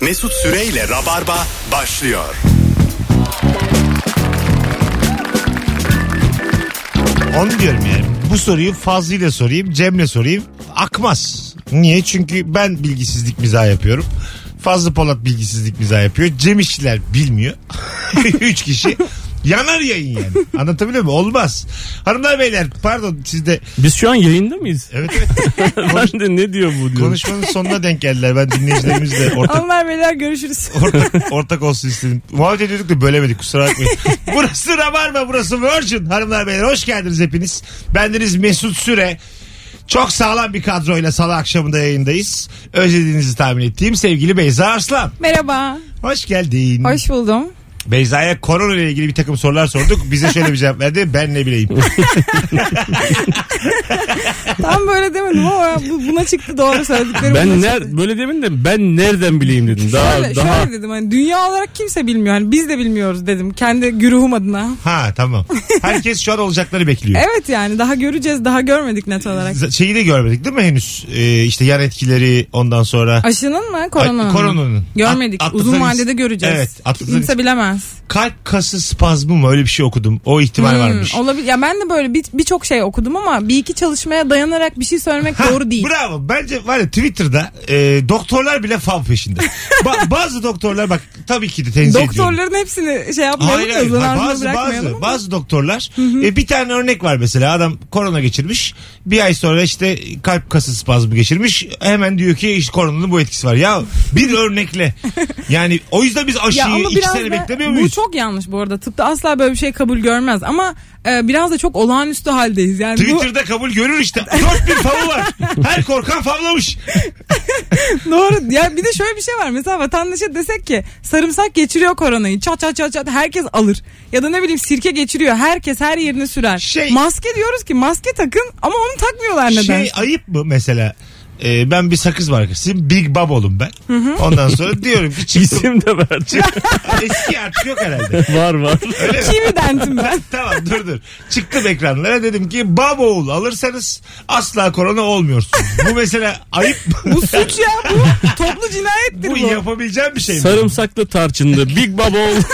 Mesut Süreyle Rabarba başlıyor. Onu diyorum yani. Bu soruyu Fazlı'yla sorayım, Cem'le sorayım. Akmaz. Niye? Çünkü ben bilgisizlik mizahı yapıyorum. Fazlı Polat bilgisizlik mizahı yapıyor. Cem İşçiler bilmiyor. Üç kişi. Yanar yayın yani. Anlatabiliyor muyum? Olmaz. Hanımlar beyler pardon siz de Biz şu an yayında mıyız? evet, evet ben de ne diyor bu diyor. konuşmanın sonuna denk geldiler. Ben dinleyicilerimizle ortak Onlar beyler görüşürüz. ortak, ortak olsun istedim. Muhabbet ediyorduk da bölemedik kusura bakmayın. burası Rabarba burası Virgin. Hanımlar beyler hoş geldiniz hepiniz. Bendeniz Mesut Süre. Çok sağlam bir kadroyla salı akşamında yayındayız. Özlediğinizi tahmin ettiğim sevgili Beyza Arslan. Merhaba. Hoş geldin. Hoş buldum. Beyza'ya korona ile ilgili bir takım sorular sorduk. Bize şöyle bir cevap verdi. Ben ne bileyim. Tam böyle demedim ama bu, buna çıktı doğru söylediklerim. buna Ben çıktı. ner böyle demin de ben nereden bileyim dedim. Daha Şöyle, daha şöyle dedim hani dünya olarak kimse bilmiyor. Hani biz de bilmiyoruz dedim kendi güruhum adına. Ha tamam. Herkes şu an olacakları bekliyor. Evet yani daha göreceğiz daha görmedik net olarak. Z- Şeyi de görmedik değil mi henüz? Ee, işte yan etkileri ondan sonra. Aşının mı koronanın? mı? Ay, koronanın. Görmedik. At- atlatarız. Uzun vadede göreceğiz. Evet, atlatarız. Kimse bilemez. kalp kası spazmı mı öyle bir şey okudum. O Hmm, ihtimal varmış. Olabilir. Ya ben de böyle bir- birçok şey okudum ama bir iki çalışmaya dayanarak bir şey söylemek Ha, doğru değil. Bravo. Bence var ya Twitter'da e, doktorlar bile fav peşinde. Ba- bazı doktorlar bak tabii ki de tenzih ediyorum. Doktorların hepsini şey yapmayalım. Hayır hayır. da, zararına bazı bırakmayalım bazı ama. bazı doktorlar e, bir tane örnek var mesela adam korona geçirmiş bir ay sonra işte kalp kası spazmı geçirmiş hemen diyor ki işte koronanın bu etkisi var ya bir örnekle yani o yüzden biz Ya ama aşıyı iki biraz sene da- beklemiyor Bu muyuz? çok yanlış bu arada. Tıpta asla böyle bir şey kabul görmez ama e, biraz da çok olağanüstü haldeyiz. Yani Twitter'da kabul görür işte. Dört bin favı var. Her korkan favlamış. bu doğru. Ya bir de şöyle bir şey var. Mesela vatandaşa desek ki sarımsak geçiriyor koronayı. Çat çat çat çat herkes alır. Ya da ne bileyim sirke geçiriyor. Herkes her yerine sürer. Şey- maske diyoruz ki maske takın ama onu takmıyorlar neden? Şey ayıp mı mesela? Ee, ben bir sakız markasıyım. Big Bob olum ben. Ondan sonra diyorum ki çıktım. isim de var. Eski artık yok herhalde. var var. Kiwi dentim ben. tamam dur dur. Çıktım ekranlara dedim ki Bob oğul alırsanız asla korona olmuyorsunuz. Bu mesela ayıp mı? Bu suç ya bu. Toplu cinayettir Bu bu. yapabileceğim bir şey mi? Sarımsaklı tarçınlı Big Baba oldu.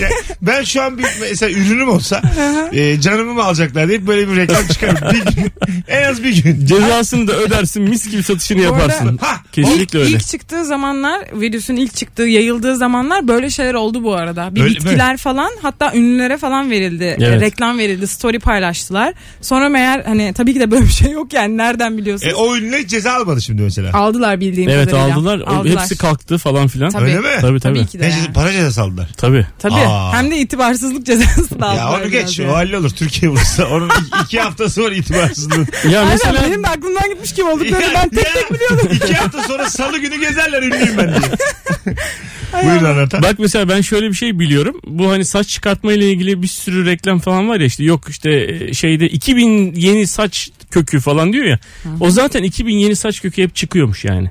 Ya ben şu an bir mesela ürünüm olsa e, canımı mı alacaklar deyip böyle bir reklam çıkarım. Bir gün, en az bir gün. Cezasını da ödersin mis gibi satışını Bu arada- yaparsın. Ha, İlk, Kesinlikle öyle. ilk çıktığı zamanlar virüsün ilk çıktığı yayıldığı zamanlar böyle şeyler oldu bu arada. Bir Öyle mi? bitkiler falan hatta ünlülere falan verildi. Evet. E, reklam verildi story paylaştılar. Sonra meğer hani tabii ki de böyle bir şey yok yani nereden biliyorsunuz. E, o ünlü ceza almadı şimdi mesela. aldılar bildiğim Evet kadarıyla. aldılar. O- Hepsi kalktı falan filan. Tabii. Öyle mi? Tabii tabii. Tabii Tabii. ki de. Ne yani. ceza, para cezası aldılar. tabii. Tabii. Aa. Hem de itibarsızlık cezası da aldılar. Ya onu biraz geç. yani. O hallolur. Türkiye burası. Onun iki haftası var itibarsızlığın. Ya Aynen, mesela benim de aklımdan gitmiş gibi oldukları Ya- ben tek ya, tek biliyordum. İki hafta sonra salı günü gezerler ünlüyüm ben diye. Buyurun anlatan. Bak mesela ben şöyle bir şey biliyorum. Bu hani saç çıkartma ile ilgili bir sürü reklam falan var ya işte yok işte e, şeyde 2000 yeni saç kökü falan diyor ya. O zaten 2000 yeni saç kökü hep çıkıyormuş yani.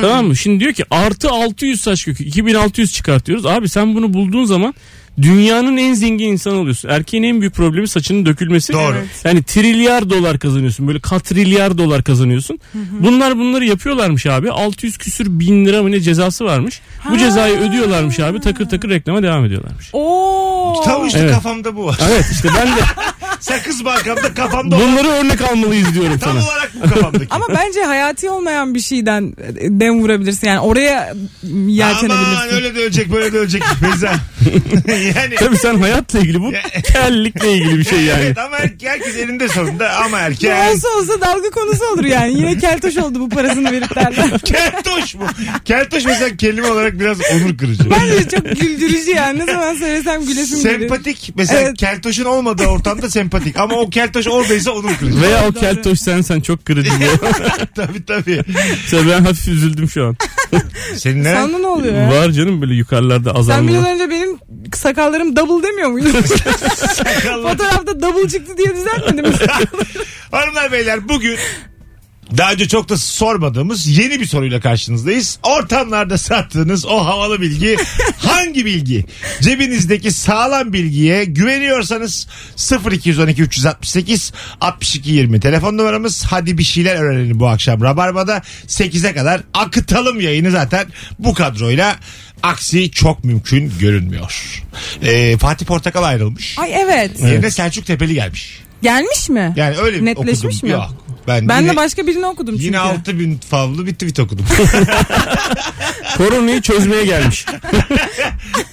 Tamam mı? Şimdi diyor ki artı 600 saç kökü 2600 çıkartıyoruz. Abi sen bunu bulduğun zaman dünyanın en zengin insanı oluyorsun. Erkeğin en büyük problemi saçının dökülmesi. Doğru. Yani trilyar dolar kazanıyorsun. Böyle katrilyar dolar kazanıyorsun. Bunlar bunları yapıyorlarmış abi. 600 küsür bin lira mı ne cezası varmış. Bu cezayı ödüyorlarmış abi. Takır takır reklama devam ediyorlarmış. Oo. Tam işte Evet. kafamda bu var. Evet işte ben de Sakız bankamda kafamda olan bunları örnek almalıyız diyorum tam sana. olarak bu kafamdaki. Ama bence hayati olmayan bir şeyden e, dem vurabilirsin. Yani oraya Aman yeltenebilirsin. öyle de ölecek böyle de ölecek. Beyza. yani Tabii sen hayatla ilgili bu kellikle ilgili bir şey yani. Evet ama her- herkes elinde sonunda ama Ne erken. olsa olsa dalga konusu olur yani. Yine keltoş oldu bu parasını verip derler. Keltoş bu. Keltoş mesela kelime olarak biraz onur kırıcı. Bence çok güldürücü yani. Ne zaman söylesem gülesim gelir. Sempatik. Mesela Evet. keltoşun olmadığı ortamda sempatik. Ama o keltoş oradaysa onur kırıcı. Veya o keltoş sen sen çok kırıcı diyor. tabii tabii. Mesela ben hafif üzüldüm şu an. Senin ne? Sana ne oluyor ya? Var canım böyle yukarılarda Sen bir yıl azalma. önce benim sakallarım double demiyor muydun? Sakallar. Fotoğrafta double çıktı diye düzeltmedin mi? Hanımlar beyler bugün Daha önce çok da sormadığımız yeni bir soruyla karşınızdayız. Ortamlarda sattığınız o havalı bilgi hangi bilgi? Cebinizdeki sağlam bilgiye güveniyorsanız 0212 368 62 20 telefon numaramız. Hadi bir şeyler öğrenelim bu akşam Rabarba'da 8'e kadar akıtalım yayını zaten bu kadroyla. Aksi çok mümkün görünmüyor. Ee, Fatih Portakal ayrılmış. Ay evet. Yerine Selçuk Tepeli gelmiş. Gelmiş mi? Yani öyle bir Netleşmiş okudum. mi? Yok. Ben, Ben yine- de başka birini okudum çünkü. Yine 6000 favlu bir tweet okudum. Koronayı çözmeye gelmiş.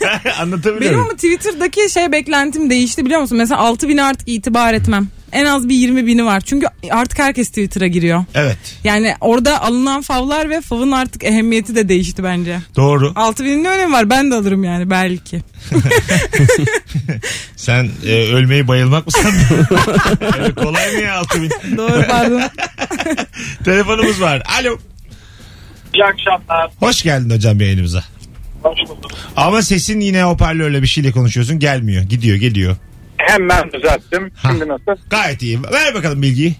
Benim Anlatabiliyorum. ama Twitter'daki şey beklentim değişti biliyor musun? Mesela 6000 artık itibar etmem. En az bir 20 bini var. Çünkü artık herkes Twitter'a giriyor. Evet. Yani orada alınan favlar ve favın artık ehemmiyeti de değişti bence. Doğru. 6000'in ne önemi var? Ben de alırım yani belki. Sen e, ölmeyi bayılmak mı sandın? Öyle kolay mı ya 6000? Doğru pardon. Telefonumuz var. Alo. İyi akşamlar. Hoş geldin hocam yayınımıza. Hoş bulduk. Ama sesin yine hoparlörle bir şeyle konuşuyorsun. Gelmiyor. Gidiyor geliyor. Hemen düzelttim. Şimdi nasıl? Gayet iyi. Ver bakalım bilgiyi.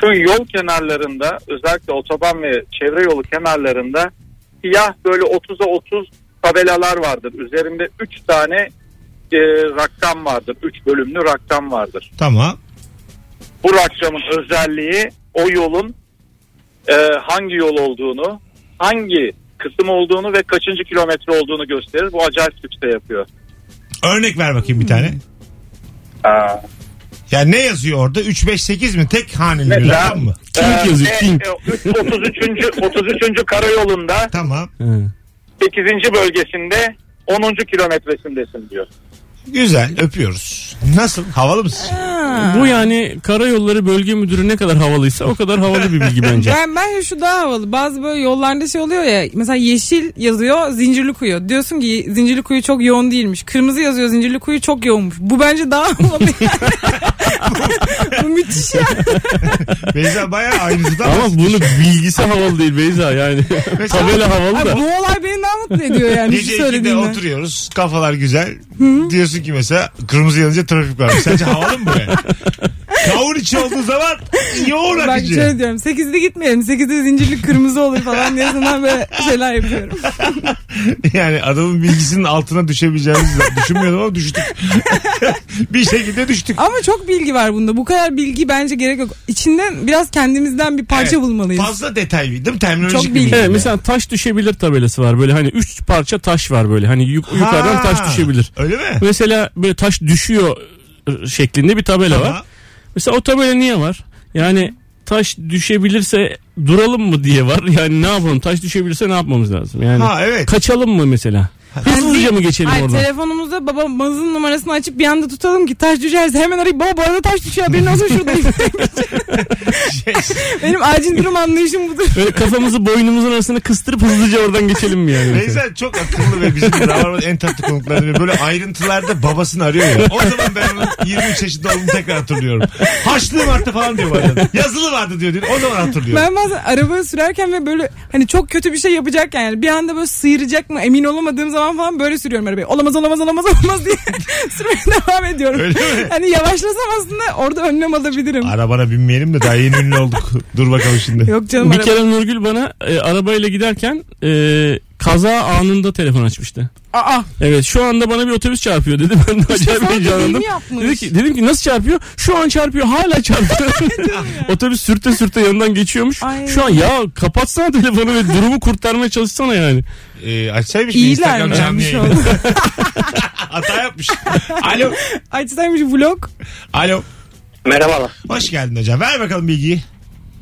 Şu yol kenarlarında özellikle otoban ve çevre yolu kenarlarında siyah böyle 30'a 30 tabelalar vardır. Üzerinde 3 tane e, rakam vardır. 3 bölümlü rakam vardır. Tamam. Bu rakamın özelliği o yolun e, hangi yol olduğunu, hangi kısım olduğunu ve kaçıncı kilometre olduğunu gösterir. Bu acayip sükse yapıyor. Örnek ver bakayım bir Hmm. tane. Aa. Yani ne yazıyor orada? 3 5 8 mi? Tek haneli bir Mesela- rakam mı? King yazıyor, e, King. e, 33. 33. karayolunda Tamam. 8. bölgesinde 10. kilometresindesin diyor. Güzel. Öpüyoruz. Nasıl? Havalı mısın? Bu yani karayolları bölge müdürü ne kadar havalıysa o kadar havalı bir bilgi bence. Ben bence şu daha havalı. Bazı böyle yollarda şey oluyor ya. Mesela yeşil yazıyor zincirli kuyu. Diyorsun ki zincirli kuyu çok yoğun değilmiş. Kırmızı yazıyor zincirli kuyu çok yoğunmuş. Bu bence daha havalı. Bu müthiş ya. Beyza bayağı aynısı da Ama bunu bilgisi havalı değil Beyza yani. Mesela- Tabela havalı Abi, da. bu olay beni daha mutlu ediyor yani. şey şu Gece 2'de söylediğinden. oturuyoruz. Kafalar güzel. Diyorsun ki mesela kırmızı yanınca trafik var. Sence havalı mı bu ya? Kavur içi olduğu zaman yoğun Ben akıcı. şöyle diyorum 8'de gitmeyelim 8'de zincirli kırmızı olur falan diye sana böyle şeyler yapıyorum. Yani adamın bilgisinin altına düşebileceğimizi düşünmüyordum ama düştük. bir şekilde düştük. Ama çok bilgi var bunda bu kadar bilgi bence gerek yok. İçinden biraz kendimizden bir parça Evet. bulmalıyız. Fazla detay değil mi? Terminolojik Çok bir bilgi. bilgi. Evet mesela taş düşebilir tabelası var böyle hani 3 parça taş var böyle hani yuk- yukarıdan Ha, taş düşebilir. Öyle mi? Mesela böyle taş düşüyor e, şeklinde bir tabela var. Tamam. Mesela o tabela niye var? Yani taş düşebilirse duralım mı diye var. Yani ne yapalım? Taş düşebilirse ne yapmamız lazım? Yani Ha evet. kaçalım mı mesela? Hızlıca mı geçelim Hayır, oradan? telefonumuzda babamızın numarasını açıp bir anda tutalım ki taş düşerse hemen arayıp baba bu arada taş düşüyor haberin olsun şuradayım. Benim acil durum anlayışım budur. Böyle kafamızı boynumuzun arasına kıstırıp hızlıca oradan geçelim mi yani? mesela? Beyza çok akıllı ve bizim Rabarba'nın en tatlı konuklarından biri. Böyle ayrıntılarda babasını arıyor ya. O zaman ben onun 23 yaşında olduğunu tekrar hatırlıyorum. Haçlığı vardı falan diyor bazen. Yazılı vardı diyor. diyor. O zaman hatırlıyorum. Ben bazen araba sürerken ve böyle hani çok kötü bir şey yapacakken yani bir anda böyle sıyıracak mı emin olamadığım zaman falan böyle sürüyorum arabayı. Olamaz olamaz olamaz olamaz diye sürmeye devam ediyorum. Öyle mi? Hani yavaşlasam aslında orada önlem alabilirim. Arabana binmeyelim de daha yeni ünlü olduk. Dur bakalım şimdi. Yok canım Bir araba. kere Nurgül bana e, arabayla giderken e, kaza anında telefon açmıştı. Aa, Evet şu anda bana bir otobüs çarpıyor dedi. Ben de acayip sen heyecanlandım. dediğini yapmış. Dedi ki, dedim ki nasıl çarpıyor? Şu an çarpıyor hala çarpıyor. otobüs sürte sürte yanından geçiyormuş. Ay. Şu an ya kapatsana telefonu ve durumu kurtarmaya çalışsana yani. Ee, açsaymış bir iyiler Instagram mi canlı yapmış yayını. oldu? Hata yapmış. Alo. Açsaymış vlog. Alo. Merhabalar. Hoş geldin hocam. Ver bakalım bilgiyi.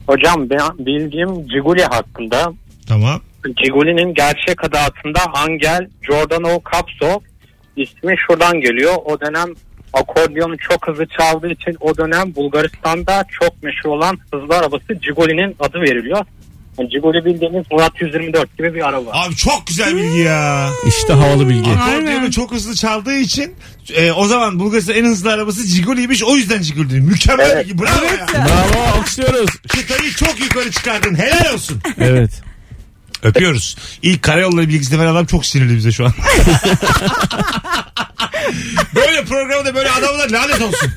Hocam ben bilgim Ciguli hakkında. Tamam. Ciguli'nin gerçek adı aslında Angel Giordano Capso ismi şuradan geliyor. O dönem akordiyonu çok hızlı çaldığı için o dönem Bulgaristan'da çok meşhur olan hızlı arabası Ciguli'nin adı veriliyor. Yani Ciguli bildiğimiz Murat 124 gibi bir araba. Abi çok güzel bilgi ya. İşte havalı bilgi. Akordiyonu çok hızlı çaldığı için e, o zaman Bulgaristan en hızlı arabası Ciguli'ymiş. O yüzden Ciguli'dir. Mükemmel Evet. bilgi. Bravo ya. Bravo alkışlıyoruz. Çıtayı çok yukarı çıkardın. Helal olsun. Evet. Öpüyoruz. İlk karayolları bilgisi veren adam çok sinirli bize şu an. Böyle programda böyle adamlar lanet olsun.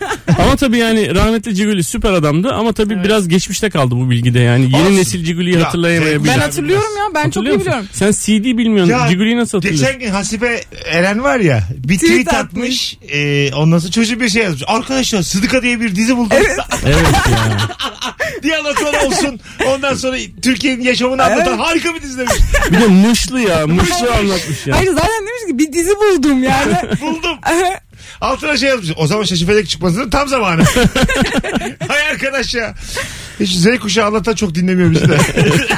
ama tabii yani rahmetli Ciguli süper adamdı ama tabii biraz geçmişte kaldı bu bilgide yani. Yeni Olsun. nesil Ciguli'yi Ya, hatırlayamayabilir. Ben Bilmem, hatırlıyorum ya ben çok iyi Hatırlıyor biliyorum. musun? Sen CD bilmiyorsun. Ya, Ciguli'yi nasıl hatırlıyorsun? Geçen gün Hasibe Eren var ya bir tweet, Tweet atmış. E, ondan sonra çocuk bir şey yazmış. Arkadaşlar Sıdıka diye bir dizi buldum. Evet ya. diye anlatan olsun. Ondan sonra Türkiye'nin yaşamını anlatan harika bir dizi demiş. Bir de mışlı ya. Mışlı anlatmış ya. Hayır zaten demiş ki bir dizi buldum yani. Buldum. Altına şey yazmış. O zaman Şaşı Felek çıkmasının tam zamanı. Hay arkadaş ya. Hiç Z kuşağı anlatan çok dinlemiyor bizi de. Z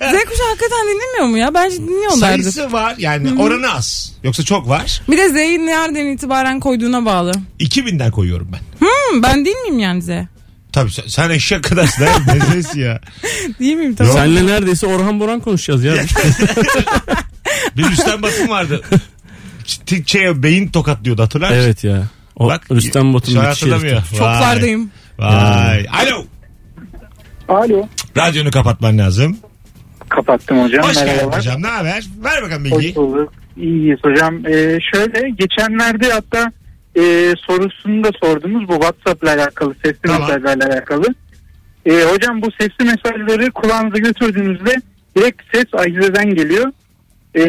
kuşağı hakikaten dinlemiyor mu ya? Bence dinliyorlardır. Sayısı var yani oranı az. Yoksa çok var. Bir de Z'yi nereden itibaren koyduğuna bağlı. 2000'den koyuyorum ben. Hı, ben değil miyim yani Z? Tabii sen, sen eşek kadarsın. ha. Ne zesi ya. Değil miyim? Tamam. Senle neredeyse Orhan Boran konuşacağız ya. Bir üstten bakım vardı. Ç- şey, beyin tokatlıyordu hatırlar mısın? evet ya. O Bak, Rüstem Batum'un şu an müthiş hatırlamıyor. herifi. Çoklardayım. Vay. Alo. Alo. Radyonu kapatman lazım. Kapattım hocam. Hoş geldin Merhabalar. hocam. Ne haber? Ver bakalım Hoş bilgiyi. bulduk. İyiyiz hocam. Ee, şöyle geçenlerde hatta e, sorusunu da sordunuz bu WhatsApp'la alakalı, sesli Tamam. mesajlarla alakalı. Ee, hocam bu sesli mesajları kulağınıza götürdüğünüzde direkt ses ahizeden geliyor. Ee,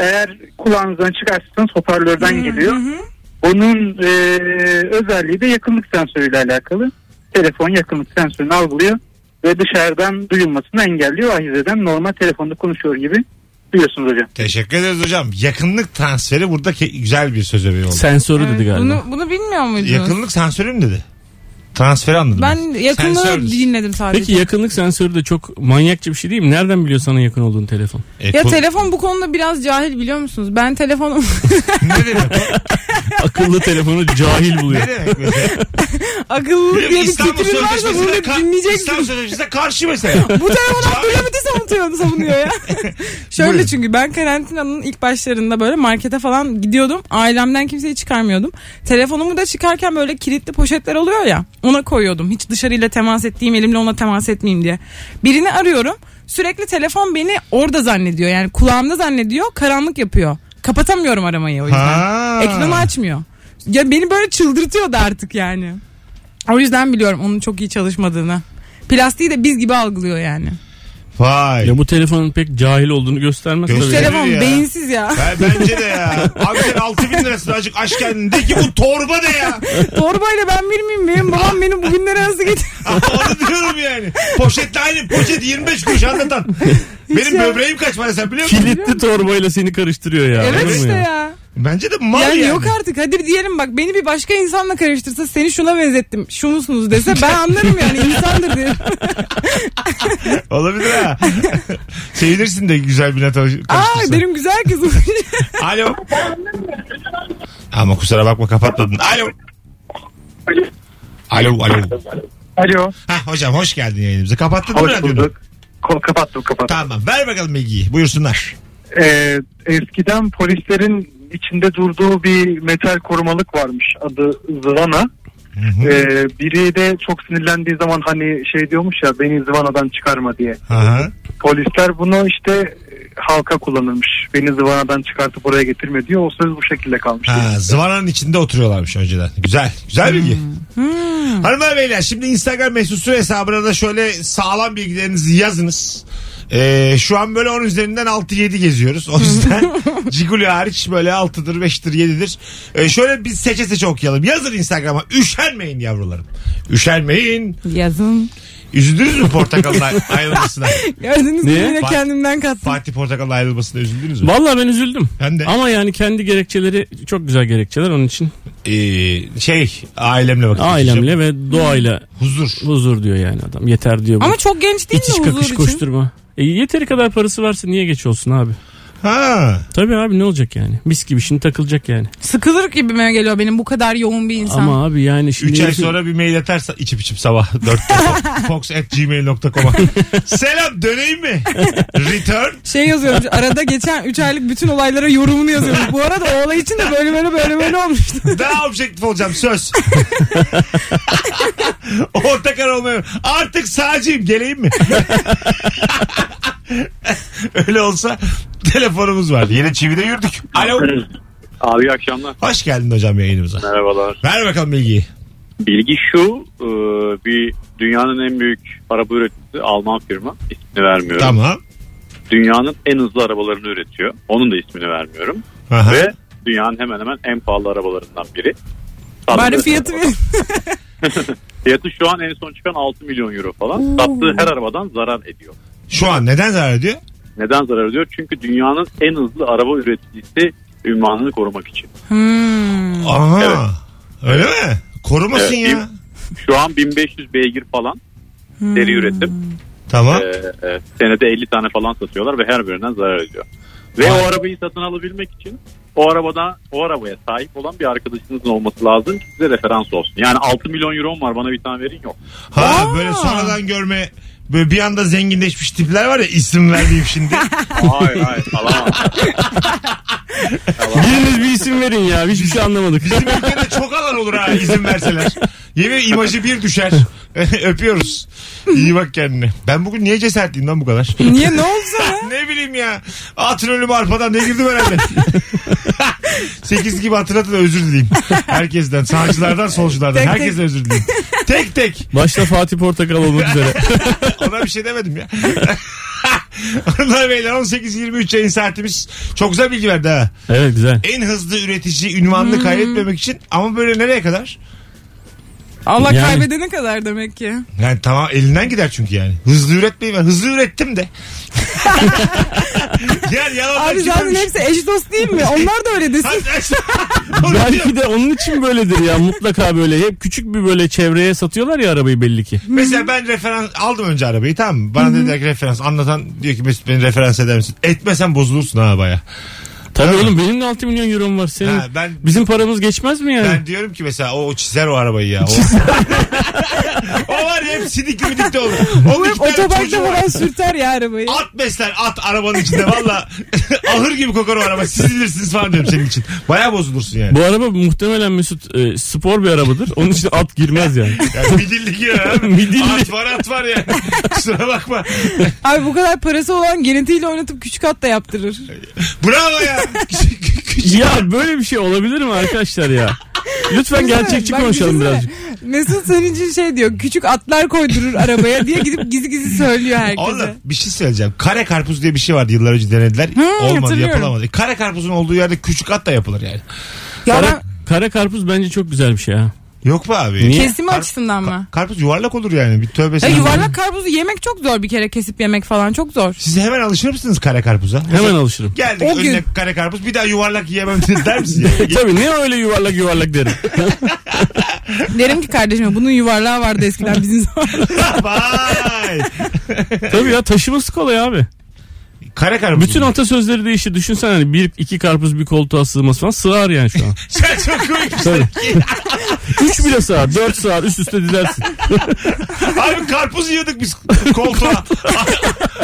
eğer kulağınızdan çıkartırsanız hoparlörden Hmm. geliyor. Onun e, özelliği de yakınlık sensörüyle alakalı. Telefon yakınlık sensörünü algılıyor ve dışarıdan duyulmasını engelliyor. Ahizeden normal telefonda konuşuyor gibi duyuyorsunuz hocam. Teşekkür ederiz hocam. Yakınlık transferi burada ke- güzel bir söz öbeği oldu. Sensörü dedi galiba. Bunu, bunu bilmiyor muydunuz? Yakınlık sensörü mü dedi? Transferi anladım. Ben yakınlığı Sensördür. dinledim sadece. Peki yakınlık sensörü de çok manyakça bir şey değil mi? Nereden biliyor sana yakın olduğun telefon? E, ya ko- telefon bu konuda biraz cahil biliyor musunuz? Ben telefonum ne demek? Akıllı telefonu cahil buluyor. Ne demek mesela? akıllı diye bir İstanbul fikriniz varsa bunu Sözleşmesi'ne, ka- İstanbul dinleyeceksin. Sözleşmesi'ne karşı mesela. Bu telefon Abdülhamit'i savunuyor, savunuyor ya. Şöyle Buyurun. çünkü ben karantinanın ilk başlarında böyle markete falan gidiyordum. Ailemden kimseyi çıkarmıyordum. Telefonumu da çıkarken böyle kilitli poşetler oluyor ya. Ona koyuyordum. Hiç dışarıyla temas ettiğim elimle ona temas etmeyeyim diye. Birini arıyorum. Sürekli telefon beni orada zannediyor. Yani kulağımda zannediyor. Karanlık yapıyor. Kapatamıyorum aramayı o yüzden. Ha. Ekranı açmıyor. Ya beni böyle çıldırtıyordu artık yani. O yüzden biliyorum onun çok iyi çalışmadığını. Plastiği de biz gibi algılıyor yani. Vay. Ya bu telefonun pek cahil olduğunu göstermez Göster- tabii. Öyle Telefon ya. Şey beyinsiz ya. Ben, bence de ya. Abi sen 6 bin lirasını azıcık aç kendini. De ki bu torba ne ya? Torbayla ben bir miyim? Benim babam beni bugünlere nasıl getirdi? Ama onu diyorum yani. Poşetle aynı poşet 25 kuruş anlatan. Benim ya. böbreğim kaç para sen biliyor musun? Kilitli torbayla seni karıştırıyor ya. Olur mu evet işte ya? ya. Bence de mal Yani, yani. yok artık. Hadi diyelim bak beni bir başka insanla karıştırsa seni şuna benzettim. Şunusunuz dese ben anlarım yani insandır diye. Olabilir ha. Sevinirsin de güzel bir net Aa benim güzel kızım. Alo. Ama kusura bakma kapatmadın. Alo. Alo alo. Alo. Ha hocam hoş geldin yayınımıza. Kapattın mı Hoş radyonu? bulduk. Ko- kapattım kapattım. Tamam ver bakalım bilgiyi. Buyursunlar. Ee, eskiden polislerin içinde durduğu bir metal korumalık varmış adı Zvana. Ee, biri de çok sinirlendiği zaman hani şey diyormuş ya beni Zvana'dan çıkarma diye. Aha. Polisler bunu işte e, halka kullanırmış. Beni Zvana'dan çıkartıp oraya getirme diyor. O söz bu şekilde kalmış. Ha, zıvananın içinde oturuyorlarmış önceden. Güzel. Güzel bilgi. Hmm. Hanımlar beyler şimdi Instagram mesut süre hesabına da şöyle sağlam bilgilerinizi yazınız. Ee, şu an böyle 10 üzerinden 6-7 geziyoruz. O yüzden Ciguli hariç böyle 6'dır 5'tir 7'dir. Ee, şöyle bir seçe seçe okuyalım. Yazın Instagram'a. Üşenmeyin yavrularım. Üşenmeyin. Yazın. Üzüldünüz mü portakalın ay- ayrılmasına? Gördünüz mü Niye? yine Fa- kendimden kattım. Fatih Portakal'ın ayrılmasına üzüldünüz mü? Vallahi ben üzüldüm. Ben de. Ama yani kendi gerekçeleri çok güzel gerekçeler onun için. Ee, şey ailemle vakit geçireceğim. Ailemle ve doğayla Huzur. huzur diyor yani adam. Yeter diyor bu. Ama çok genç değil İç iç mi huzur kakış için? koşturma. E, yeteri kadar parası varsa niye geç olsun abi? Ha. Tabii abi ne olacak yani? Mis gibi şimdi takılacak yani. Sıkılır gibime geliyor benim bu kadar yoğun bir insan. Ama abi yani şimdi... 3 ay herifin- sonra bir mail atarsa içip içip sabah 4'te fox.gmail.com'a Selam döneyim mi? Return. Şey yazıyormuş arada geçen 3 aylık bütün olaylara yorumunu yazıyormuş. Bu arada o olay için de böyle böyle böyle böyle olmuştu. Daha objektif olacağım söz. Ortakar olmuyorum. Artık sağcıyım geleyim mi? Öyle olsa telefonumuz var. Yine çivide yürüdük. Alo. Abi iyi akşamlar. Hoş geldin hocam yayınımıza. Merhabalar. Ver bakalım bilgiyi. Bilgi şu e, bir dünyanın en büyük araba üreticisi Alman firma. İsmini vermiyorum. Tamam. Dünyanın en hızlı arabalarını üretiyor. Onun da ismini vermiyorum. Aha. Ve dünyanın hemen hemen en pahalı arabalarından biri. Bari Sattığı- fiyatı ver. Fiyatı şu an en son çıkan 6 milyon euro falan. Oo. Sattığı her arabadan zarar ediyor. Şu an neden zarar ediyor? Neden zarar ediyor? Çünkü dünyanın en hızlı araba üreticisi ünvanını korumak için. Hmm. Aha. Evet. Öyle mi? Korumasın Evet, ya. Şu an 1500 beygir falan seri üretim. Tamam. Ee, e, senede 50 tane falan satıyorlar ve her birinden zarar ediyor. Ve o arabayı satın alabilmek için o arabada o arabaya sahip olan bir arkadaşınızın olması lazım ki size referans olsun. Yani 6 milyon euro var bana bir tane verin yok. Ha Aa. böyle sonradan görme böyle bir anda zenginleşmiş tipler var ya isim vermeyeyim şimdi. Hayır hayır alamam. Biriniz bir isim verin ya. Hiçbir şey anlamadık. Bizim ülkede çok alan olur ha izin verseler. Yemin imajı bir düşer. Öpüyoruz. İyi bak kendine. Ben bugün niye cesaretliyim lan bu kadar? Niye ne oldu sana? ne bileyim ya. Atın ölümü arpadan ne girdim herhalde. 8 gibi hatırlatın da özür dileyim. Herkesten. Sağcılardan, solculardan. Tek tek. Herkesten özür dileyim. Tek tek. Başta Fatih Portakal olmak üzere. Ona bir şey demedim ya. Hanımlar beyler 18-23 yayın saatimiz. Çok güzel bilgi verdi ha. Evet güzel. En hızlı üretici ünvanını Hmm. kaybetmemek için ama böyle nereye kadar? Allah Yani- kaybedene kadar demek ki. Yani tamam elinden gider çünkü yani. Hızlı üretmeyi ben hızlı ürettim de. yani şey yalan Abi zaten hepsi eş dost değil mi? Onlar da öyle desin. Belki de onun için böyledir ya mutlaka böyle. Hep küçük bir böyle çevreye satıyorlar ya arabayı belli ki. Mesela ben referans aldım önce arabayı tamam mı? Bana dediler ki referans anlatan diyor ki Mesut beni referans eder misin? Etmesen bozulursun ha baya. Tabii Evet. oğlum benim de 6 milyon eurom var Ee, senin. Ha, ben- şey Bizim paramız geçmez mi yani? Ben diyorum ki mesela o, o çizer o arabayı ya. O, o var ya hep sidik midik de olur. Onun iki Hep tane otobanda çocuğu var. falan sürter ya arabayı. At besler at arabanın içinde valla. Ahır gibi kokar o araba. Siz bilirsiniz falan diyorum senin için. Baya bozulursun yani. Bu araba muhtemelen Mesut e, spor bir arabadır. Onun için at girmez yani. Yani midilli girer abi. Midilli. At var at var yani. Kusura bakma. Abi bu kadar parası olan genetiğiyle oynatıp küçük at da yaptırır. Bravo ya. Küçük- küçük- ya böyle bir şey olabilir mi arkadaşlar ya? Lütfen Düşünsene, gerçekçi bak konuşalım düşünsene. birazcık. Mesut senin için şey diyor. Küçük atlar koydurur arabaya diye gidip gizli gizli söylüyor herkese. Oğlum bir şey söyleyeceğim. Kare karpuz diye bir şey vardı yıllar önce denediler. Olmadı hatırlıyorum. yapılamadı. Kare karpuzun olduğu yerde küçük at da yapılır yani. Ya Kara, ben kara karpuz bence çok güzel bir şey ha. Yok mu abi? Niye? kesimi açısından mı? Karpuz yuvarlak olur yani. Bir tövbe Ya sen- E, yuvarlak karpuzu yemek çok zor bir kere kesip yemek falan çok zor. Siz hemen alışır mısınız kare karpuza? Hemen alışırım. Geldik O önüne gün. kare karpuz bir daha yuvarlak yiyemem der misin? yani? E, Tabii ne öyle yuvarlak yuvarlak derim. Derim ki kardeşime bunun yuvarlağı vardı eskiden bizim zamanımızda. Vay. Tabii ya taşıması kolay abi. Kare karpuz. Bütün atasözleri değişti. Düşünsene hani bir iki karpuz bir koltuğa sığması falan sığar yani şu an. Sen çok komik. Tabii. Üç bile sığar. Dört sığar. Üst üste dilersin. Abi karpuz yiyorduk biz koltuğa.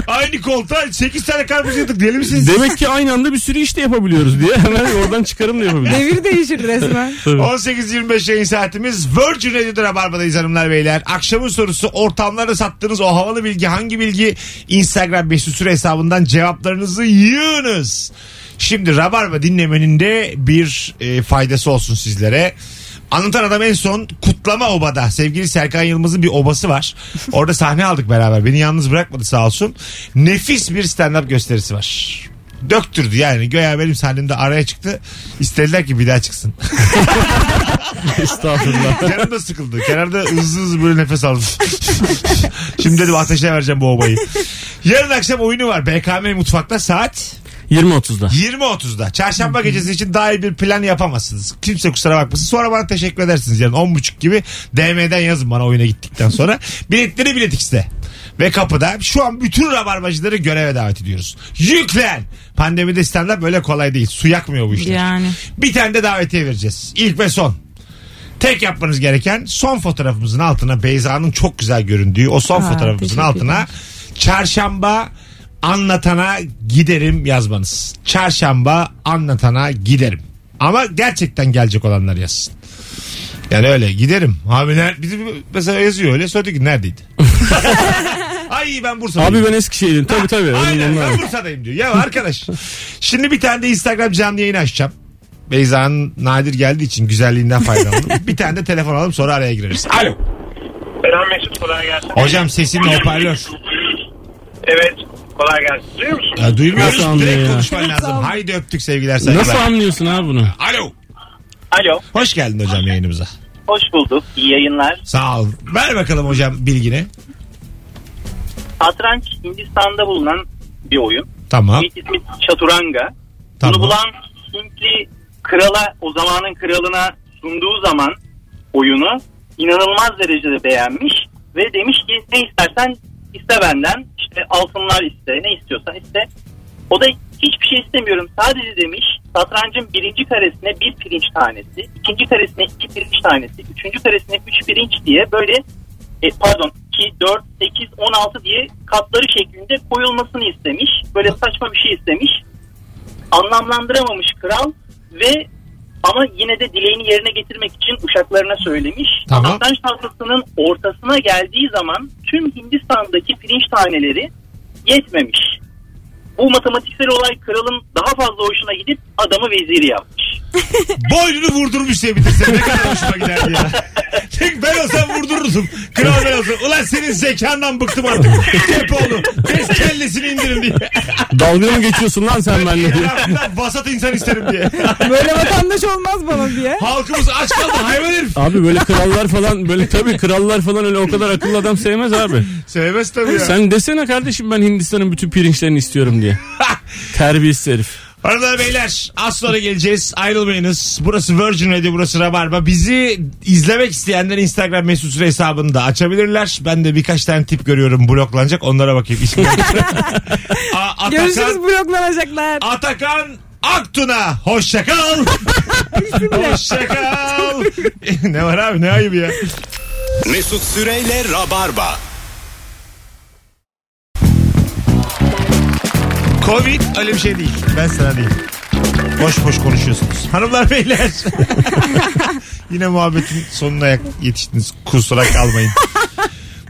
Aynı koltuğa 8 tane karpuz yiyorduk. Deli misiniz? Demek ki aynı anda bir sürü iş de yapabiliyoruz diye. Hemen oradan çıkarım da yapabiliriz. Devir değişir resmen. Tabii. 18.25 yayın saatimiz Virgin Radio'da Rabarba'dayız hanımlar beyler. Akşamın sorusu ortamlarda sattığınız o havalı bilgi hangi bilgi? Instagram Mesut Süre hesabından cevaplarınızı yığınız. Şimdi Rabarba dinlemenin de bir e, faydası olsun sizlere. Anlatan adam en son kutlama obada. Sevgili Serkan Yılmaz'ın bir obası var. Orada sahne aldık beraber. Beni yalnız bırakmadı sağ olsun. Nefis bir stand-up gösterisi var. Döktürdü yani. Göya benim sahnemde araya çıktı. İstediler ki bir daha çıksın. Estağfurullah. Canım da sıkıldı. Kenarda hızlı hızlı böyle nefes aldım. Şimdi dedim ateşe vereceğim bu obayı. Yarın akşam oyunu var. BKM Mutfak'ta saat 20.30'da. 20.30'da. Çarşamba gecesi için daha iyi bir plan yapamazsınız. Kimse kusura bakmasın. Sonra bana teşekkür edersiniz. Yani 10.30 gibi DM'den yazın bana oyuna gittikten sonra. Biletleri Bilet X'de. Ve kapıda şu an bütün rabarbacıları göreve davet ediyoruz. Yüklen! Pandemide stand böyle kolay değil. Su yakmıyor bu işler. Yani. Bir tane de davetiye vereceğiz. İlk ve son. Tek yapmanız gereken son fotoğrafımızın altına Beyza'nın çok güzel göründüğü o son Ha, fotoğrafımızın teşekkür altına çarşamba anlatana giderim yazmanız. Çarşamba anlatana giderim. Ama gerçekten gelecek olanlar yazsın. Yani öyle giderim. Abi ner- bizim mesela yazıyor öyle. Söyledi ki neredeydi? Ay ben Bursa'dayım. Abi ben Eskişehir'im. Tabii tabii. Aynen Onlar- ben Bursa'dayım diyor. Ya arkadaş. Şimdi bir tane de Instagram canlı yayını açacağım. Beyza'nın nadir geldiği için güzelliğinden faydalandım. bir tane de telefon alalım sonra araya gireriz. Alo. Selam Mesut kolay gelsin. Hocam sesin hoparlör. Evet kolay gelsin. Duyuyor musun? Ya duymuyoruz. Nasıl anlıyor Direkt ya? konuşman Nasıl lazım. anlıyor? Haydi öptük sevgiler saygılar. Nasıl anlıyorsun abi bunu? Alo. Alo. Hoş geldin hocam yayınımıza. Hoş bulduk. İyi yayınlar. Sağ ol. Ver bakalım hocam bilgini. Satranç Hindistan'da bulunan bir oyun. Tamam. İlk ismi Çaturanga. Tamam. Bunu bulan Hintli krala o zamanın kralına sunduğu zaman oyunu inanılmaz derecede beğenmiş ve demiş ki ne istersen iste benden işte altınlar iste ne istiyorsan iste. O da hiçbir şey istemiyorum sadece demiş satrancın birinci karesine bir pirinç tanesi, ikinci karesine iki pirinç tanesi, üçüncü karesine üç pirinç diye böyle e, pardon 2, 4, 8, 16 diye katları şeklinde koyulmasını istemiş. Böyle saçma bir şey istemiş anlamlandıramamış kral ve ama yine de dileğini yerine getirmek için uşaklarına söylemiş. Tamam. Satranç tahtasının ortasına geldiği zaman tüm Hindistan'daki pirinç taneleri yetmemiş. Bu matematiksel olay kralın daha fazla hoşuna gidip adamı veziri yapmış. Boynunu vurdurmuş diye bitirse ne kadar hoşuma giderdi ya. Çünkü ben olsam vurdururdum. Kral ben olsam. Ulan senin zekandan bıktım artık. Cep oğlu. Test kellesini indirin diye. Dalga mı geçiyorsun lan sen benimle? diye. Etrafımda vasat insan isterim diye. Böyle vatandaş olmaz bana diye. Halkımız aç kaldı hayvan herif. Abi böyle krallar falan böyle tabii krallar falan öyle o kadar akıllı adam sevmez abi. Sevmez tabii ya. Sen desene kardeşim ben Hindistan'ın bütün pirinçlerini istiyorum diye. Terbiyesiz herif. Hanımlar beyler az sonra geleceğiz. Ayrılmayınız. Burası Virgin Radio burası Rabarba. Bizi izlemek isteyenler Instagram mesut süre hesabını da açabilirler. Ben de birkaç tane tip görüyorum bloklanacak. Onlara bakayım. İsmi- Aa, Görüşürüz Atakan, bloklanacaklar. Atakan Aktun'a hoşçakal. hoşçakal. ne var abi ne ayıp ya. Mesut Süreyle Rabarba. Covid öyle bir şey değil. Ben sana değil. Boş boş konuşuyorsunuz. Hanımlar beyler. Yine muhabbetin sonuna yak- yetiştiniz. Kusura kalmayın.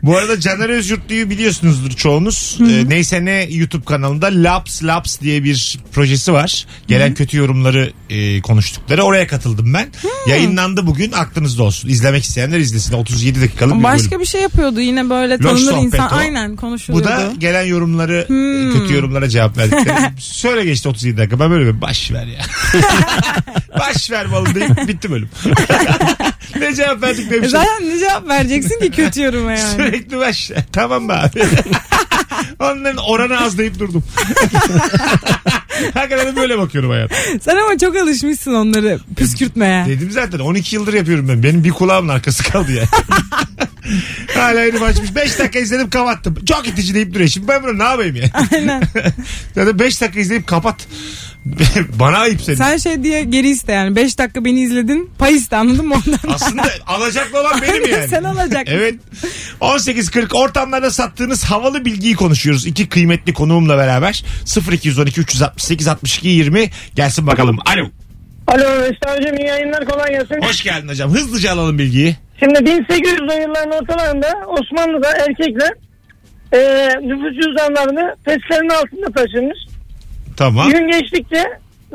Bu arada Caner Özyurtlu'yu biliyorsunuzdur çoğunuz. Ee, neyse ne YouTube kanalında Laps Laps diye bir projesi var. Gelen kötü yorumları e, konuştukları. Oraya katıldım ben. Yayınlandı bugün. Aklınızda olsun. İzlemek isteyenler izlesin. 37 dakikalık bir bölüm. Başka bir şey yapıyordu yine böyle tanınır sohbeti insan. o. Aynen E, Bu konuşuluyordu. da gelen yorumları, e, Hmm. kötü yorumlara cevap verdikleri. Söyle geçti 37 dakika. Ben böyle bir baş ver ya. baş ver balı deyip bitti bölüm. ne cevap verdik ne bir E şey. Zaten ne cevap vereceksin ki kötü yoruma yani. Sürekli baş. Tamam be abi. Onların oranı az deyip durdum. Hakikaten böyle bakıyorum hayata. Sen ama çok alışmışsın onları püskürtmeye. Dedim zaten 12 yıldır yapıyorum ben. Benim bir kulağımın arkası kaldı ya. Hala elim açmış. 5 dakika izledim kapattım. Çok itici deyip duruyor. Şimdi ben bunu ne yapayım ya? Aynen. zaten 5 dakika izleyip kapat. Bana ayıp senin. Sen şey diye geri iste yani. 5 dakika beni izledin. Pay iste anladın mı ondan? Aslında alacaklı olan benim Aynen, yani. sen alacaksın. Evet. 18.40 ortamlarda sattığınız havalı bilgiyi konuşuyoruz. İki kıymetli konuğumla beraber 0212 368 62 20 gelsin bakalım. Alo. Alo Mesut hocam iyi yayınlar kolay gelsin. Hoş geldin hocam. Hızlıca alalım bilgiyi. Şimdi 1800'lü yılların ortalarında Osmanlı'da erkekler e, nüfus cüzdanlarını peslerin altında taşınmış. Tamam. Gün geçtikçe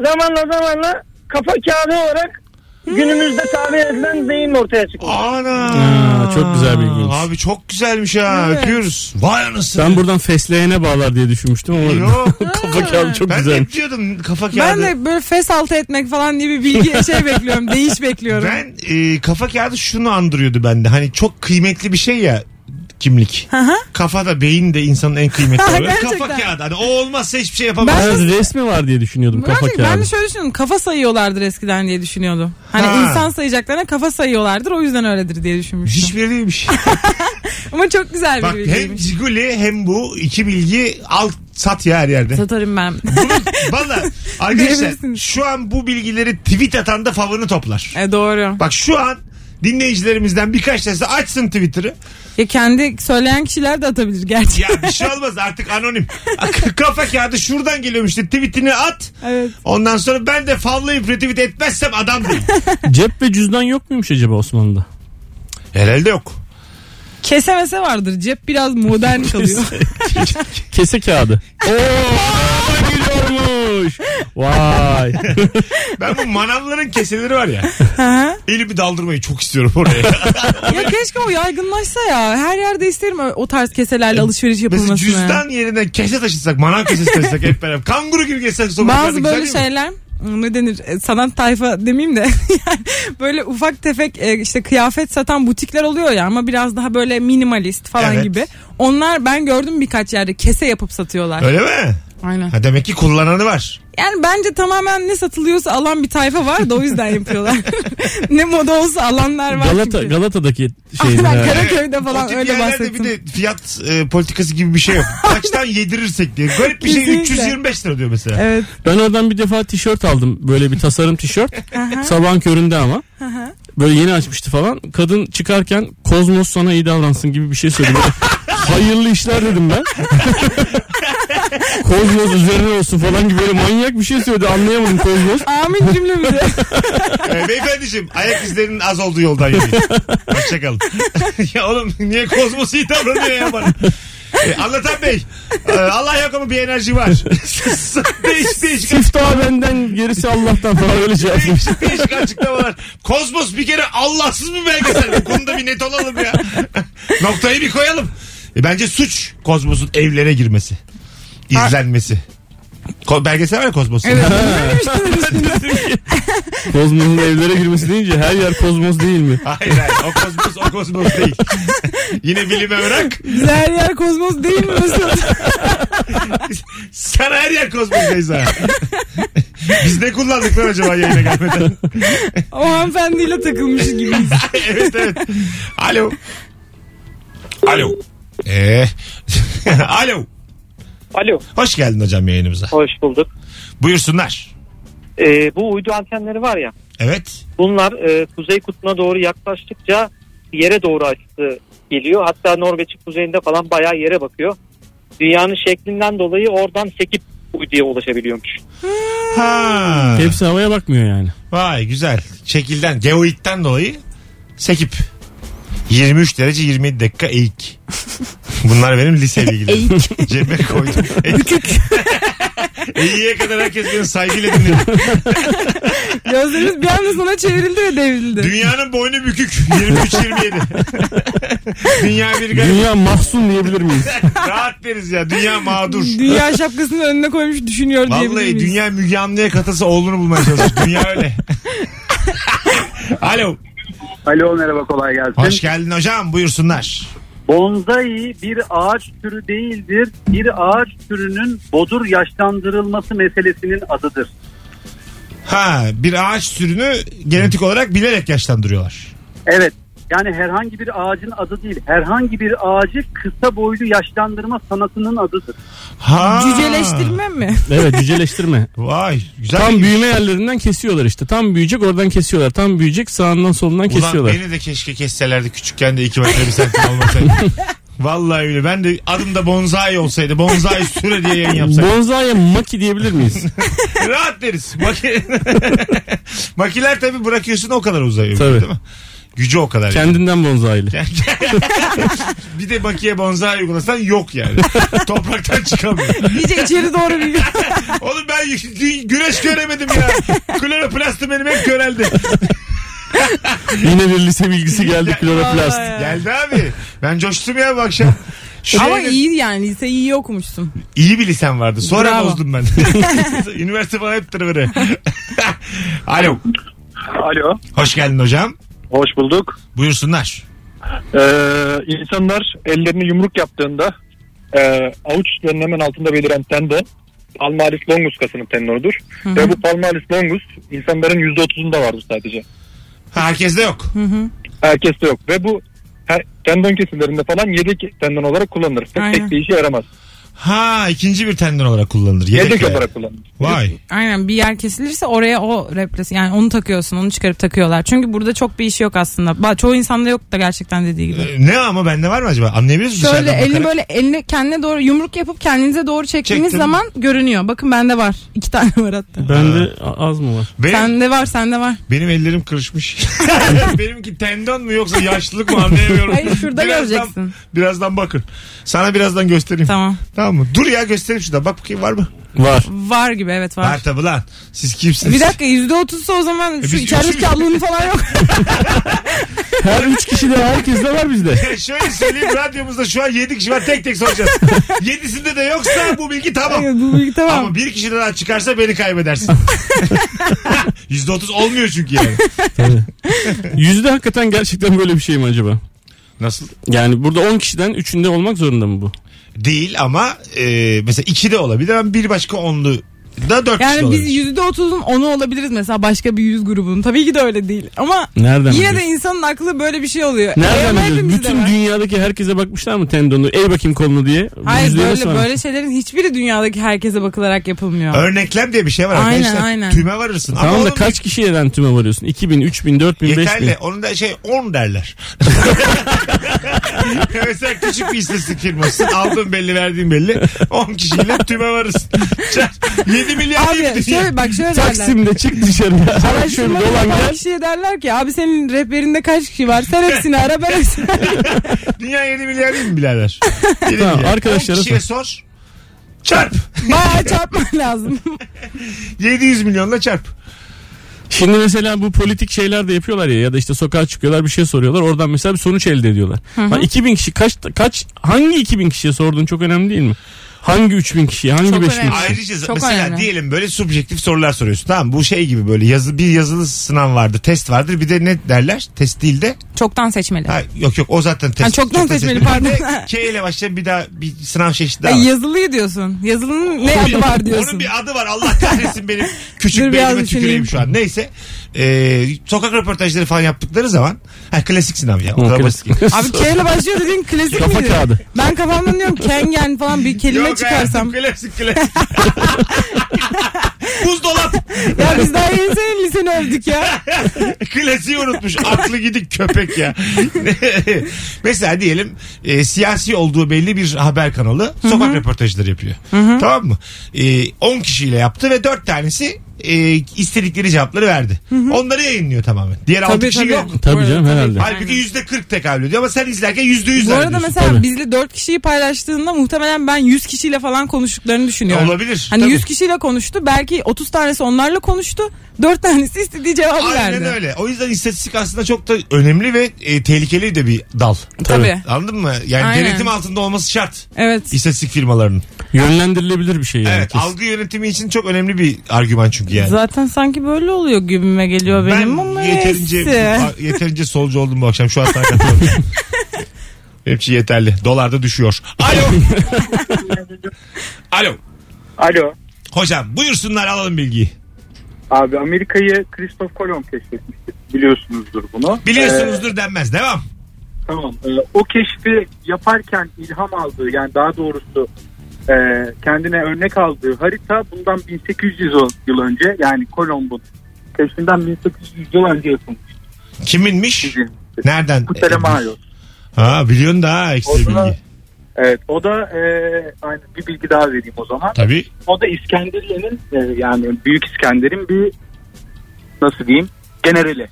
zamanla zamanla kafa kağıdı olarak günümüzde tabir edilen beyin ortaya çıkmış. Ana. Aa, çok güzel bilgiymiş. Abi çok güzelmiş ha. Evet. Öpüyoruz. Vay anasını. Ben buradan fesleyene bağlar diye düşünmüştüm ama Yok. kafa kağıdı çok ben güzel. hep diyordum kafa Ben kağıdı. Ben de böyle fes altı etmek falan diye bir bilgi şey bekliyorum. Değiş bekliyorum. e, kafa kağıdı şunu andırıyordu bende. Hani çok kıymetli bir şey ya kimlik. Aha. Kafa da beyin de insanın en kıymetli olanı. Gerçekten. kafa kağıdı. Hani o olmazsa hiçbir şey yapamaz. Ben- Ha, resmi var diye düşünüyordum kafa Birazcık ben kağıdı. de şöyle düşünüyorum. Kafa sayıyorlardır eskiden diye düşünüyordum. Hani Ha. insan sayacaklarına kafa sayıyorlardır. O yüzden öyledir diye düşünmüştüm. Hiçbiri değilmiş. Ama çok güzel Bak bir hem bilgiymiş. Ciguli hem bu iki bilgi al sat ya her yerde. Satarım ben. Valla arkadaşlar Diyebilirsiniz. şu an bu bilgileri tweet atan da favını toplar. e, doğru. Bak şu an dinleyicilerimizden birkaç tanesi açsın Twitter'ı. Ya kendi söyleyen kişiler de atabilir gerçi. Ya bir şey olmaz artık anonim. Kafa kağıdı şuradan geliyormuş işte tweetini at. Evet. Ondan sonra ben de favlayıp retweet etmezsem adam değilim. Cep ve cüzdan yok muymuş acaba Osmanlı'da? Herhalde yok. Kesemese vardır. Cep biraz modern kalıyor. Kese kağıdı. Oo, araba geliyormuş. Vay. Ben bu manavların keseleri var ya. Elimi daldırmayı çok istiyorum oraya. ya keşke o yaygınlaşsa ya. Her yerde isterim o- o tarz keselerle alışveriş Mesela yapılmasını. cüzdan yerine kese taşısak, manav kesesi taşısak hep beraber. Kanguru gibi gezsek sokaklarda Bazı güzel böyle değil mi? şeyler ıı, ne denir E, sanat tayfa demeyeyim de yani böyle ufak tefek e, işte kıyafet satan butikler oluyor ya ama biraz daha böyle minimalist falan Evet. gibi. Onlar ben gördüm birkaç yerde kese yapıp satıyorlar. Öyle mi? Aynen. Ha demek ki kullananı var. Yani bence tamamen ne satılıyorsa alan bir tayfa var da o yüzden yapıyorlar. ne moda olsa alanlar var Galata, çünkü. Galata'daki şeyin. Aynen ha. Karaköy'de o falan tip öyle yerlerde bahsettim. bir de fiyat e, politikası gibi bir şey yok. Kaçtan yedirirsek diye. Garip bir şey Kesinlikle. 325 lira diyor mesela. Evet. Ben oradan bir defa tişört aldım. Böyle bir tasarım tişört. Sabahın köründe ama. Böyle yeni açmıştı falan. Kadın çıkarken Kozmos sana iyi davransın gibi bir şey söyledi. Hayırlı işler dedim ben. Kozmos üzerine olsun falan gibi böyle manyak bir şey söyledi. Anlayamadım Kozmos. Amin cümle bir de. Ee, beyefendiciğim ayak izlerinin az olduğu yoldan yürüyün. Hoşçakalın. ya oğlum niye kozmos iyi davranıyor ya bana? Ee, anlatan bey. e, Allah yok ama bir enerji var. değişik değişik Siftah benden gerisi Allah'tan falan öyle şey yapmış. Değişik değişik açıklamalar. Kozmos bir kere Allahsız bir belgesel. Bu konuda bir net olalım ya. Noktayı bir koyalım. E, bence suç Kozmos'un evlere girmesi. İzlenmesi. Ko- belgesel var ya Kozmos'un. Kozmos'un evlere girmesi deyince her yer Kozmos değil mi? Hayır hayır o Kozmos o Kozmos değil. Yine bilime bırak. Güzel yer kozmos değil mi Mesut? Sana her yer kozmosdayız ha. Biz ne kullandık lan acaba yayına gelmeden? O hanımefendiyle takılmış gibiyiz. evet evet. Alo. Alo. Ee, Alo. Alo Hoş geldin hocam yayınımıza. hoş bulduk. Buyursunlar. Ee, bu uydu antenleri var ya Evet. bunlar e, kuzey kutbuna doğru yaklaştıkça yere doğru açtı geliyor. Hatta Norveç'in kuzeyinde falan bayağı yere bakıyor. Dünyanın şeklinden dolayı oradan sekip uyduya ulaşabiliyormuş. Ha. Hepsi havaya bakmıyor yani. Vay güzel. Şekilden, geoidden dolayı sekip. 23 derece 27 dakika eğik. Bunlar benim lise bilgilerim. Cebe koydum. Bükük. İyiye kadar herkes beni saygıyla dinledi. Gözlerimiz bir anda sana çevrildi ve devrildi. Dünyanın boynu bükük. 23-27. Dünya bir garip. Dünya mahzun diyebilir miyiz? Rahat deriz ya. Dünya mağdur. Dünya şapkasını önüne koymuş düşünüyor diyebilir Vallahi miyiz? dünya Müge Anlı'ya katılsa oğlunu bulmaya çalışır. Dünya öyle. Alo. Alo merhaba kolay gelsin. Hoş geldin hocam. Buyursunlar. Bonsai bir ağaç türü değildir. Bir ağaç türünün bodur yaşlandırılması meselesinin adıdır. Ha bir ağaç türünü genetik olarak bilerek yaşlandırıyorlar. Evet. Yani herhangi bir ağacın adı değil. Herhangi bir ağacı kısa boylu yaşlandırma sanatının adıdır. Ha. Cüceleştirme mi? Evet cüceleştirme. Vay güzel. Tam büyüme yerlerinden kesiyorlar işte. Tam büyüyecek oradan kesiyorlar. Tam büyüyecek sağından solundan Ulan kesiyorlar. beni de keşke kesselerdi küçükken de iki metre bir santim olmasaydı. Vallahi öyle. Ben de adım da bonzai olsaydı. Bonzai süre diye yayın yapsaydım. Bonzai'ye maki diyebilir miyiz? Rahat deriz. Maki... Makiler tabii bırakıyorsun o kadar uzayıyor. Tabii. Değil mi? Gücü o kadar. yani. Kendinden bonzai'li. Bir de makiye bonzai uygulasan yok yani. Topraktan çıkamıyor. İyice içeri doğru bir Oğlum ben gü- güneş göremedim ya. Kloroplastim benim hep köreldi. Yine bir lise bilgisi geldi kloroplast. Vallahi. Geldi abi. Ben coştum ya bu akşam. Şuraya Ama da- iyi yani liseyi iyi okumuştum. iyi bir lisem vardı. Sonra Bravo. bozdum ben. Üniversite falan hep tırvırı. Alo. Alo. Hoş geldin hocam. Hoş bulduk. Buyursunlar. Ee, insanlar ellerini yumruk yaptığında e, avuç uçlarının hemen altında beliren tendon palmaris longus kasının tendonudur. Ve bu palmaris longus insanların %30'unda vardır sadece. Ha, herkes de yok. Herkeste yok. Ve bu he- tendon kesimlerinde falan yedek tendon olarak kullanılır. Pek Aynen. tek bir işe yaramaz. Ha ikinci bir tendon olarak kullanılır. Yedek, Yedek olarak. olarak kullanılır. Vay. Aynen bir yer kesilirse oraya o represi yani onu takıyorsun onu çıkarıp takıyorlar. Çünkü burada çok bir iş yok aslında. Ba- Çoğu insanda yok da gerçekten dediği gibi. Ee, Ne ama bende var mı acaba? Anlayabilir musun? Şöyle dışarıdan elini bakarak? böyle eline kendine doğru yumruk yapıp kendinize doğru çektiğiniz Çektim. zaman görünüyor. Bakın bende var. İki tane var hatta. Bende a- az mı var? Benim, Sende var sende var. benim ellerim kırışmış. Benimki tendon mu yoksa yaşlılık mı anlayamıyorum. Hayır, şurada göreceksin. Birazdan bakın. Sana birazdan göstereyim. Tamam. Tamam mı? Dur ya göstereyim şurada. Bak bakayım var mı? Var. Var gibi evet var. Var tabi lan. Siz kimsiniz? Bir dakika yüzde otuzsa o zaman şu E, biz içerideki üçümüz- ablanın falan yok. Her üç kişi de herkes de var bizde. Şöyle söyleyeyim radyomuzda şu an 7 kişi var tek tek soracağız. 7'sinde de yoksa bu bilgi tamam. Hayır, bu bilgi tamam. Ama bir kişi daha çıkarsa beni kaybedersin. %30 olmuyor çünkü yani. Yüzde hakikaten gerçekten böyle bir şey mi acaba? Nasıl? Yani burada 10 kişiden 3'ünde olmak zorunda mı bu? Değil ama e, mesela 2 de olabilir ama bir başka onlu da 4 kişi Yani şey olabilir. biz yüzde otuzun onu olabiliriz mesela başka bir yüz grubunun. Tabii ki de öyle değil. Ama Nereden yine de biliyorsun? insanın aklı böyle bir şey oluyor. Nereden Ama biliyoruz? hepimizde Bütün var. dünyadaki herkese bakmışlar mı tendonu? Ey bakayım kolunu diye. Hayır Yüzdeyi nasıl böyle vermiş? böyle şeylerin hiçbiri dünyadaki herkese bakılarak yapılmıyor. Örneklem diye bir şey var Aynen, arkadaşlar. aynen. Tüme varırsın. Ama Tamam da onun kaç kişiyeden tüme varıyorsun? 2000, 3000, 4000, 5000. Yeterli. Onun da şey 10 derler. Mesela küçük bir istatistik firmasısın. Aldığın belli verdiğin belli. 10 kişiyle tüme varırsın. 7 milyar değil Abi mi dünya? şöyle bak şöyle derler. Taksim'de çık dışarıya. Ara şöyle Araştırmada dolan yapan gel. kişiye derler ki abi senin rehberinde kaç kişi var sen hepsini ara ben hepsini Dünya 7 milyar değil mi birader? 7 Tamam, milyar. arkadaşlara 10 kişiye sor. Çarp. bayağı çarpman lazım. 700 milyonla çarp. Şimdi mesela bu politik şeyler de yapıyorlar ya ya da işte sokağa çıkıyorlar bir şey soruyorlar. Oradan mesela bir sonuç elde ediyorlar. Lan 2000 kişi kaç kaç hangi 2000 kişiye sorduğun çok önemli değil mi? Hangi 3000 kişiye, hangi Çok 5000 kişiye? önemli. Ayrıca Çok mesela önemli. diyelim böyle subjektif sorular soruyorsun. Tamam mı? bu şey gibi böyle yazı bir yazılı sınav vardır, test vardır. Bir de ne derler? Test değil de Çoktan seçmeli. Ha, yok yok o zaten test. Ha, çoktan seçmeli, pardon. Ve K ile başlayan bir daha bir sınav çeşidi daha E, var. yazılıyı diyorsun. Yazılının ne adı var Onun diyorsun. bir adı var Allah kahretsin benim Dur küçük biraz beynime düşüneyim. tüküreyim şu an. Neyse Ee, sokak röportajları falan yaptıkları zaman ha, klasik sınav ya. O Hı, kadar klasik. basit. ki. Abi K ile başlıyor dediğin klasik Kafa miydi? kağıdı. Ben kafamdan diyorum kengen falan bir kelime Yok hayatım, çıkarsam. klasik klasik. Buzdolap Ya biz daha yeni senin liseni övdük ya. klasiği unutmuş. Aklı gidik köpek ya. Mesela diyelim e, siyasi olduğu belli bir haber kanalı sokak röportajları yapıyor. Tamam mı? E, 10 kişiyle yaptı ve 4 tanesi e, istedikleri cevapları verdi. Onları yayınlıyor tamamen. Diğer 6 kişi yok. Tabii canım herhalde. Halbuki yüzde 40 tekabül ediyor ama sen izlerken yüzde yüz Bu arada zannediyorsun. mesela Tabii. bizle 4 kişiyi paylaştığında muhtemelen ben 100 kişiyle falan konuştuklarını düşünüyorum. Olabilir, Hani tabii. 100 kişiyle konuştu. Belki 30 tanesi onlarla konuştu. 4 tanesi istediği cevabı Aynen verdi. öyle. O yüzden istatistik aslında çok da önemli ve e, tehlikeli de bir dal. Tabii. Anladın mı? Yani Aynen. denetim altında olması şart Evet. istatistik firmalarının. Yönlendirilebilir bir şey yani. Evet, kesin. algı yönetimi için çok önemli bir argüman çünkü yani. Zaten sanki böyle oluyor gibime geliyor benim ama ben yeterince neyse. yeterince solcu oldum bu akşam. Şu an sana katılıyorum. Hepsi yeterli. Dolar da düşüyor. Alo. Alo. Alo. Hocam buyursunlar alalım bilgiyi. Abi Amerika'yı Christoph Kolomb keşfetmişti. Biliyorsunuzdur bunu. Biliyorsunuzdur denmez. Devam. Tamam. Ee, o keşfi yaparken ilham aldığı yani daha doğrusu e, kendine örnek aldığı harita bundan 1800 yıl önce yani Kolomb'un keşfinden 1800 yıl önce yapılmış. Kiminmiş? Nereden? Ptolemaios. Ha biliyorsun daha ekstra Ondan- bilgi. Evet o da e, aynı bir bilgi daha vereyim o zaman. Tabii. O da İskenderiye'nin e, yani Büyük İskender'in bir nasıl diyeyim generali.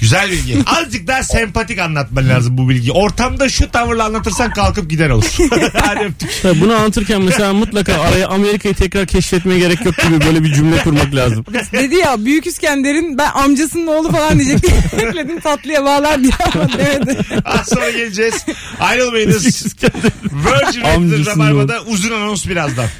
Güzel bilgi. Azıcık daha sempatik anlatman lazım bu bilgiyi. Ortamda şu tavırla anlatırsan kalkıp gider olur. Hadi öptük. Tabii bunu anlatırken mesela mutlaka araya Amerika'yı tekrar keşfetmeye gerek yok gibi böyle bir cümle kurmak lazım. Dedi ya Büyük İskender'in ben amcasının oğlu falan diyecek diye bekledim tatlıya bağlar diye ama demedi. Az sonra geleceğiz. Ayrılmayınız. Virgin Radio'da Amcasının Rabarba'da uzun anons birazdan.